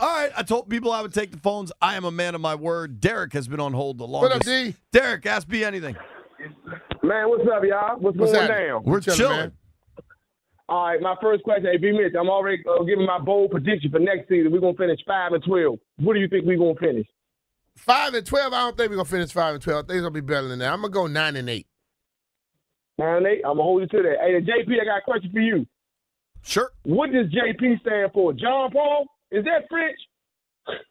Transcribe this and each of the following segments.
All right, I told people I would take the phones. I am a man of my word. Derek has been on hold the up, longest. D? Derek, ask me anything. Man, what's up, y'all? What's, What's going happening? down? We're Tell him, chilling. man. All right, my first question, hey, B. Mitch, I'm already uh, giving my bold prediction for next season. We're gonna finish five and twelve. What do you think we're gonna finish? Five and twelve. I don't think we're gonna finish five and twelve. I think it's gonna be better than that. I'm gonna go nine and eight. Nine eight. I'm gonna hold you to that. Hey, then JP, I got a question for you. Sure. What does JP stand for? John Paul? Is that French?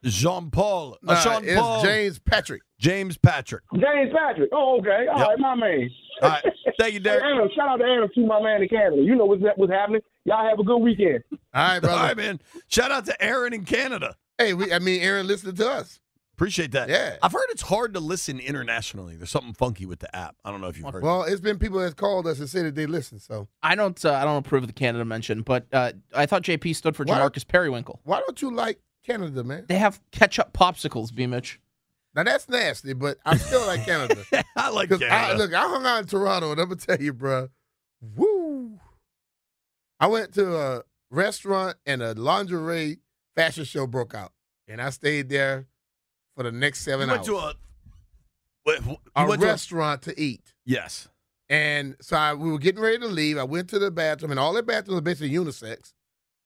Jean Paul. Nah, Uh, Sean Uh, it's Paul. James Patrick. James Patrick. James Patrick. Oh, okay. All right, Yep. my man. All right. Thank you, Hey, Derek. Adam, shout out to Adam too, my man in Canada. You know what's what's happening. Y'all have a good weekend. All right, All brother. right, man. Shout out to Aaron in Canada. Hey, we, I mean, Aaron, listen to us. Appreciate that. Yeah. I've heard it's hard to listen internationally. There's something funky with the app. I don't know if you've heard. Well, it's been people that's called us and said that they listen. So I don't uh, I don't approve of the Canada mention, but uh, I thought JP stood for What? Jamarcus Periwinkle. why don't you like Canada, man? They have ketchup popsicles, Beamich. Now that's nasty, but I still like Canada. I like 'Cause Canada. I, look, I hung out in Toronto, and I'm gonna tell you, bruh, woo! I went to a restaurant, and a lingerie fashion show broke out, and I stayed there for the next you seven went hours. to a, wait, wh- you a went to a- restaurant to eat. yes. And so I, we were getting ready to leave. I went to the bathroom, and all the bathrooms are basically unisex.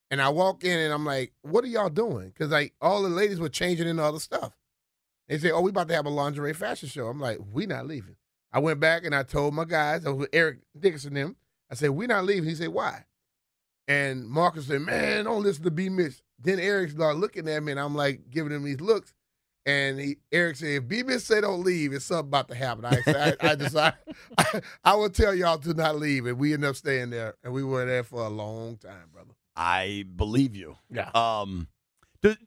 And I walk in, and I'm like, "What are y'all doing?" Because like all the ladies were changing into other stuff. They say, "Oh, we about to have a lingerie fashion show." I'm like, "We not leaving." I went back and I told my guys, I was with Eric Dickinson, and them. I said, "We not leaving." He said, "Why?" And Marcus said, "Man, don't listen to B Mitch." Then Eric started looking at me, and I'm like giving him these looks. And he, Eric said, if B Mitch say don't leave, it's something about to happen. I, said, I, I decided, I, I will tell y'all to not leave. And we end up staying there. And we were there for a long time, brother. I believe you. Yeah. Um, does,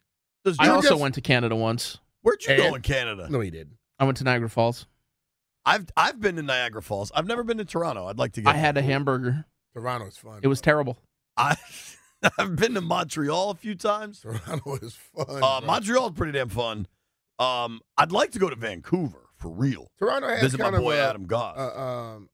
does I John- also just- went to Canada once. Where'd you go And- in Canada? No, he didn't. I went to Niagara Falls. I've I've been to Niagara Falls. I've never been to Toronto. I'd like to go. I had a hamburger. Toronto's fun. It was terrible. I, I've been to Montreal a few times. Toronto is fun. Uh, bro. Montreal's pretty damn fun. Um, I'd like to go to Vancouver for real. Toronto has Visit my kind of boy a- Adam God. uh, um,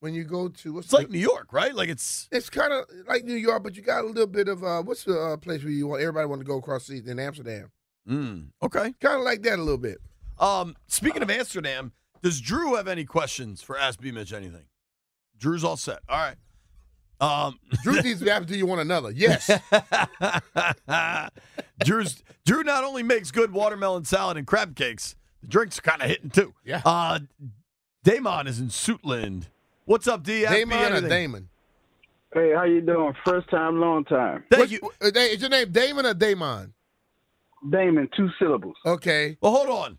when you go to what's it's like the- New York, right? Like it's it's kind of like New York, but you got a little bit of uh, what's the uh, place where you want everybody want to go across the seas in Amsterdam? mm, okay. Kind of like that a little bit. Um, speaking of Amsterdam, does Drew have any questions for Ask B Mitch anything? Drew's all set. All right. Um, Drew needs to ask, do you want another? Yes. Drew's Drew not only makes good watermelon salad and crab cakes, the drinks are kind of hitting too. Yeah. Uh, Damon is in Suitland. What's up, D? Ask me Damon or anything. Damon? Hey, how you doing? First time, long time. Thank What's- you. uh, Da- Is your name Damon or Damon? Damon, two syllables. Okay. Well, hold on.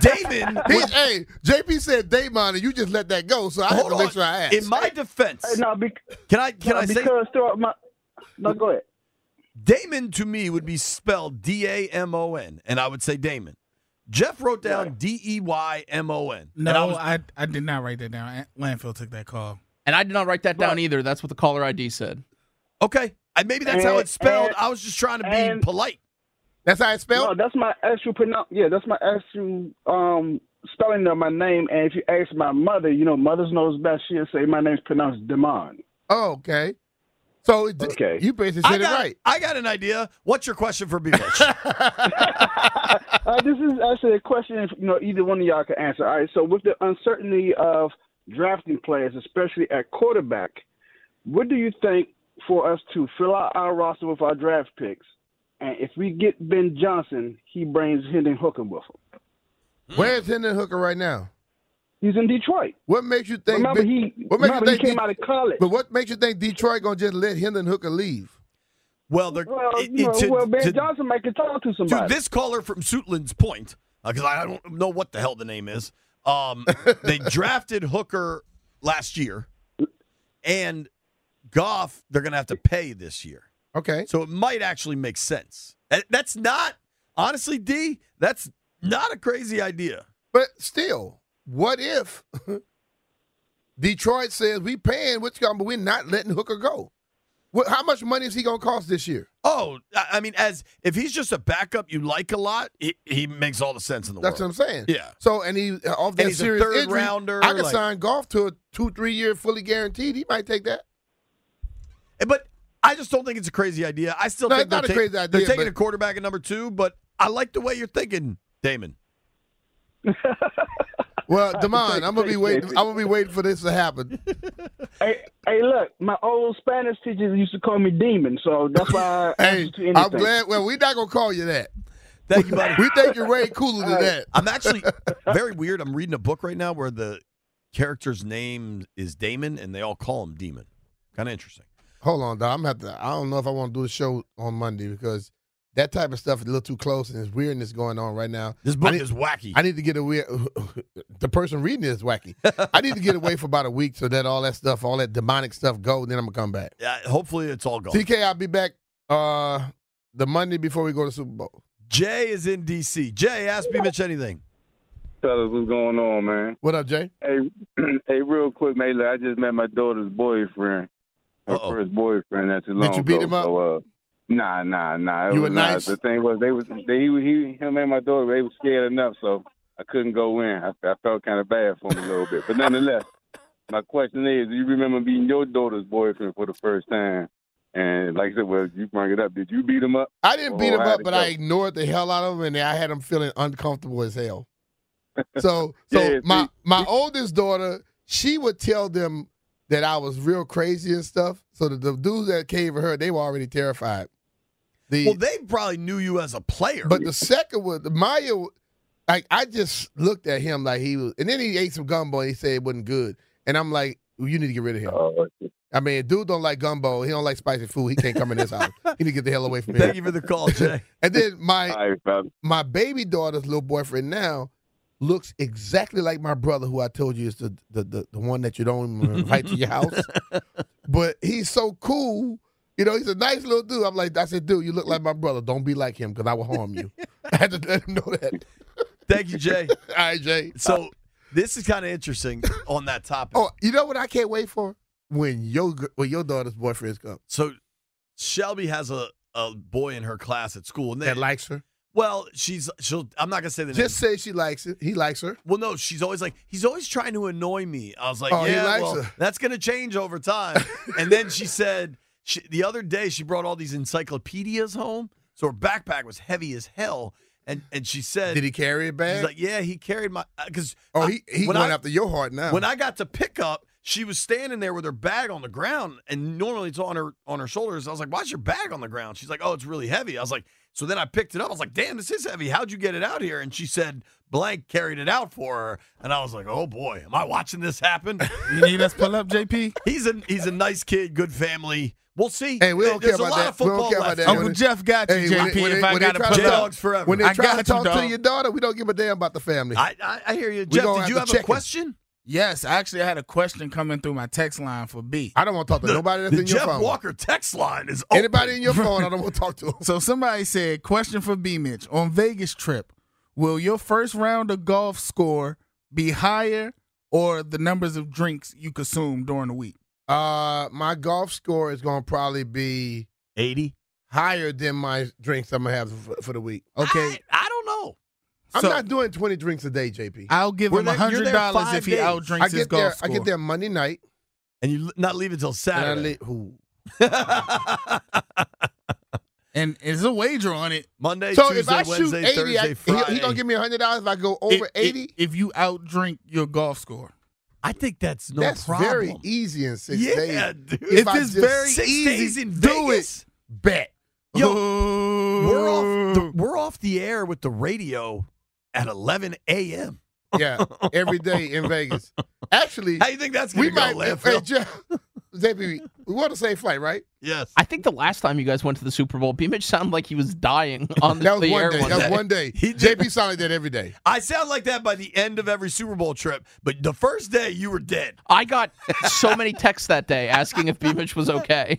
Damon, He, was- hey, JP said Damon, and you just let that go, so I had hold to on. make sure I asked. In my defense, Hey, Uh, no, bec- can I can no, I say because throughout my no, go ahead. Damon to me would be spelled D A M O N, and I would say Damon. Jeff wrote down D E Y M O N. No, and I, I was, I did not write that down. Ant- Landfill took that call. And I did not write that down either. That's what the caller ID said. okay. I, maybe that's how And- it's spelled. and- I was just trying to be Eh, and- polite. That's how it's No, spelled. that's my actual pronoun. Yeah, that's my actual um spelling of my name. And if you ask my mother, you know, mother's knows best. She'll say my name's pronounced Demond. Oh, okay. So it- Okay. you basically I said got, it right. I got an idea. What's your question for B Rich? Uh, this is actually a question. If, you know, either one of y'all can answer. All right. So, with the uncertainty of drafting players, especially at quarterback, what do you think for us to fill out our roster with our draft picks? And if we get Ben Johnson, he brings Hendon Hooker with him. Where's Mm-hmm. Hendon Hooker right now? He's in Detroit. What makes you think? Remember De- he- what makes remember he you think came out of college. But what makes you think Detroit gonna just let Hendon Hooker leave? Well, they're, Well, it- you know, it- to- well Ben to- Johnson might can talk to to somebody. this caller from Suitland's point, because I don't know what the hell the name is. Um, they drafted Hooker last year, and Goff they're going to have to pay this year, Okay. so it might actually make sense. And That's not honestly, D. That's not a crazy idea. But still, what if Detroit says we paying what's going, but we're not letting Hooker go? What, how much money is he gonna cost this year? Oh, I I mean, as if he's just a backup you like a lot, he, he makes all the sense in the That's what I'm world. saying. Yeah. So and he uh, off that he's a serious third injury, rounder, I could like- sign golf to a two three year fully guaranteed. He might take that. But I just don't think it's a crazy idea. I still No, think it's they're not a ta- crazy They're idea, taking but- a quarterback at number two, but I like the way you're thinking, Damon. Well, Damon, I'm gonna be Thank waiting. you. I'm gonna be waiting for this to happen. hey, hey, look, my old Spanish teacher used to call me Demon, so that's why I Hey, answer to anything. I'm glad. Well, we're not gonna call you that. Thank you, buddy. We think you're way cooler than that. I'm actually very weird. I'm reading a book right now where the character's name is Damon, and they all call him Demon. Kind of interesting. Hold on, dog. I'm gonna have to. I don't know if I want to do the show on Monday because that type of stuff is a little too close and there's weirdness going on right now. This I book need, is wacky. I need to get away. the person reading it is wacky. I need to get away for about a week so that all that stuff, all that demonic stuff, go. And then I'm gonna come back. Uh, hopefully, it's all gone. TK, I'll be back uh the Monday before we go to Super Bowl. Jay is in D.C. Jay, ask me Mitch anything. Fellas, what's going on, man? What up, Jay? Hey, hey, real quick, man. Look, I just met my daughter's boyfriend, her Uh-oh. first boyfriend. Not too long. Did you beat ago, him up? So, uh, nah, nah, nah. It You was were not- nice? The thing was, they was they he, he him and my daughter. They was scared enough, so I couldn't go in. I, I felt kind of bad for him a little bit, but nonetheless, my question is: Do you remember being your daughter's boyfriend for the first time? And like I said, well, you bring it up. Did you beat him up? I didn't beat Oh, him how'd up, it but go? I ignored the hell out of him, and I had him feeling uncomfortable as hell. So, so Yeah, my see- my oldest daughter, she would tell them that I was real crazy and stuff. So the, the dudes that came for her, they were already terrified. The Well, they probably knew you as a player. but the second one, Maya, like I just looked at him like he was, and then he ate some gumbo and he said it wasn't good, and I'm like, you need to get rid of him. Oh, I mean, dude don't like gumbo. He don't like spicy food. He can't come in this house. He need to get the hell away from Thank here. you for the call, Jay. And then my all right, fellas. my baby daughter's little boyfriend now looks exactly like my brother, who I told you is the the, the, the one that you don't even invite to your house. But he's so cool. You know, he's a nice little dude. I'm like, I said, dude, you look like my brother. Don't be like him because I will harm you. I had to let him know that. Thank you, Jay. All right, Jay. Uh, So this is kind of interesting on that topic. Oh, you know what I can't wait for? When your gr- when your daughter's boyfriends come So Shelby has a, a boy in her class at school, and they, that likes her, well, she's she'll. I'm not gonna say the name. just say she likes it. He likes her. Well, no, she's always like, he's always trying to annoy me. I was like, Oh, he yeah, likes well, her. that's going to change over time. and then she said, she, the other day, she brought all these encyclopedias home. So her backpack was heavy as hell. And and she said, Did he carry it back? she's like, yeah, he carried my, because oh, he he when going I- after your heart now. when I got to pick up, she was standing there with her bag on the ground, and normally it's on her on her shoulders. I was like, "Why's your bag on the ground?" She's like, "Oh, it's really heavy." I was like, "So then I picked it up. I was like, "Damn, this is heavy. How'd you get it out here?" And she said, "Blank carried it out for her." And I was like, "Oh boy, am I watching this happen?" You need us pull up, JP? he's a he's a nice kid, good family. We'll see. Hey, we don't There's care a about lot of that. We don't football care about left. that. Uncle Uncle it- Jeff got you, Hey, JP, when they- when if they- I when they got to try to pull talk- up. J-Dogs forever. When they I try to got you, talk to dog. your daughter, we don't give a damn about the family. I, I I hear you, Jeff. gonna Did have you to have check a it. question? Yes, actually, I had a question coming through my text line for B. I don't want to talk to nobody that's The in your Jeff phone. Walker text line is open. Anybody in your phone, I don't want to talk to them. So somebody said, question for B Mitch. On Vegas trip, will your first round of golf score be higher or the numbers of drinks you consume during the week? Uh, my golf score is going to probably be eighty. higher than my drinks I'm gonna have for, for the week. Okay, I, I don't know. I'm So- not doing 20 drinks a day, JP. I, will give We're him there- you're hundred there dollars five if he days. outdrinks I his get golf there. score. I get there Monday night, And you l- not leave until and I Saturday. leave. Ooh. and there's a wager on it. Monday, So Tuesday, if I shoot Wednesday, 80, Thursday, I, Friday. he, he gonna give me 100 dollars if I go over If- if- 80. if you outdrink your golf score. I think that's no That's problem. very easy in six days. yeah, dude. If I it's just- very Six easy, days in do Vegas. it. Bet. Yo, We're Ooh. off. The, we're off the air with the radio at 11 a.m. Yeah, every day in Vegas. Actually, How you think that's we gonna might. go, Landfill? Hey, Jeff, JP, we want the same flight, right? Yes. I think the last time you guys went to the Super Bowl, B Mitch sounded like he was dying on That was the one air day. one that day. was one day. He did- JP sounded that every day. I sound like that by the end of every Super Bowl trip, but the first day you were dead. I got so many texts that day asking if B Mitch was okay.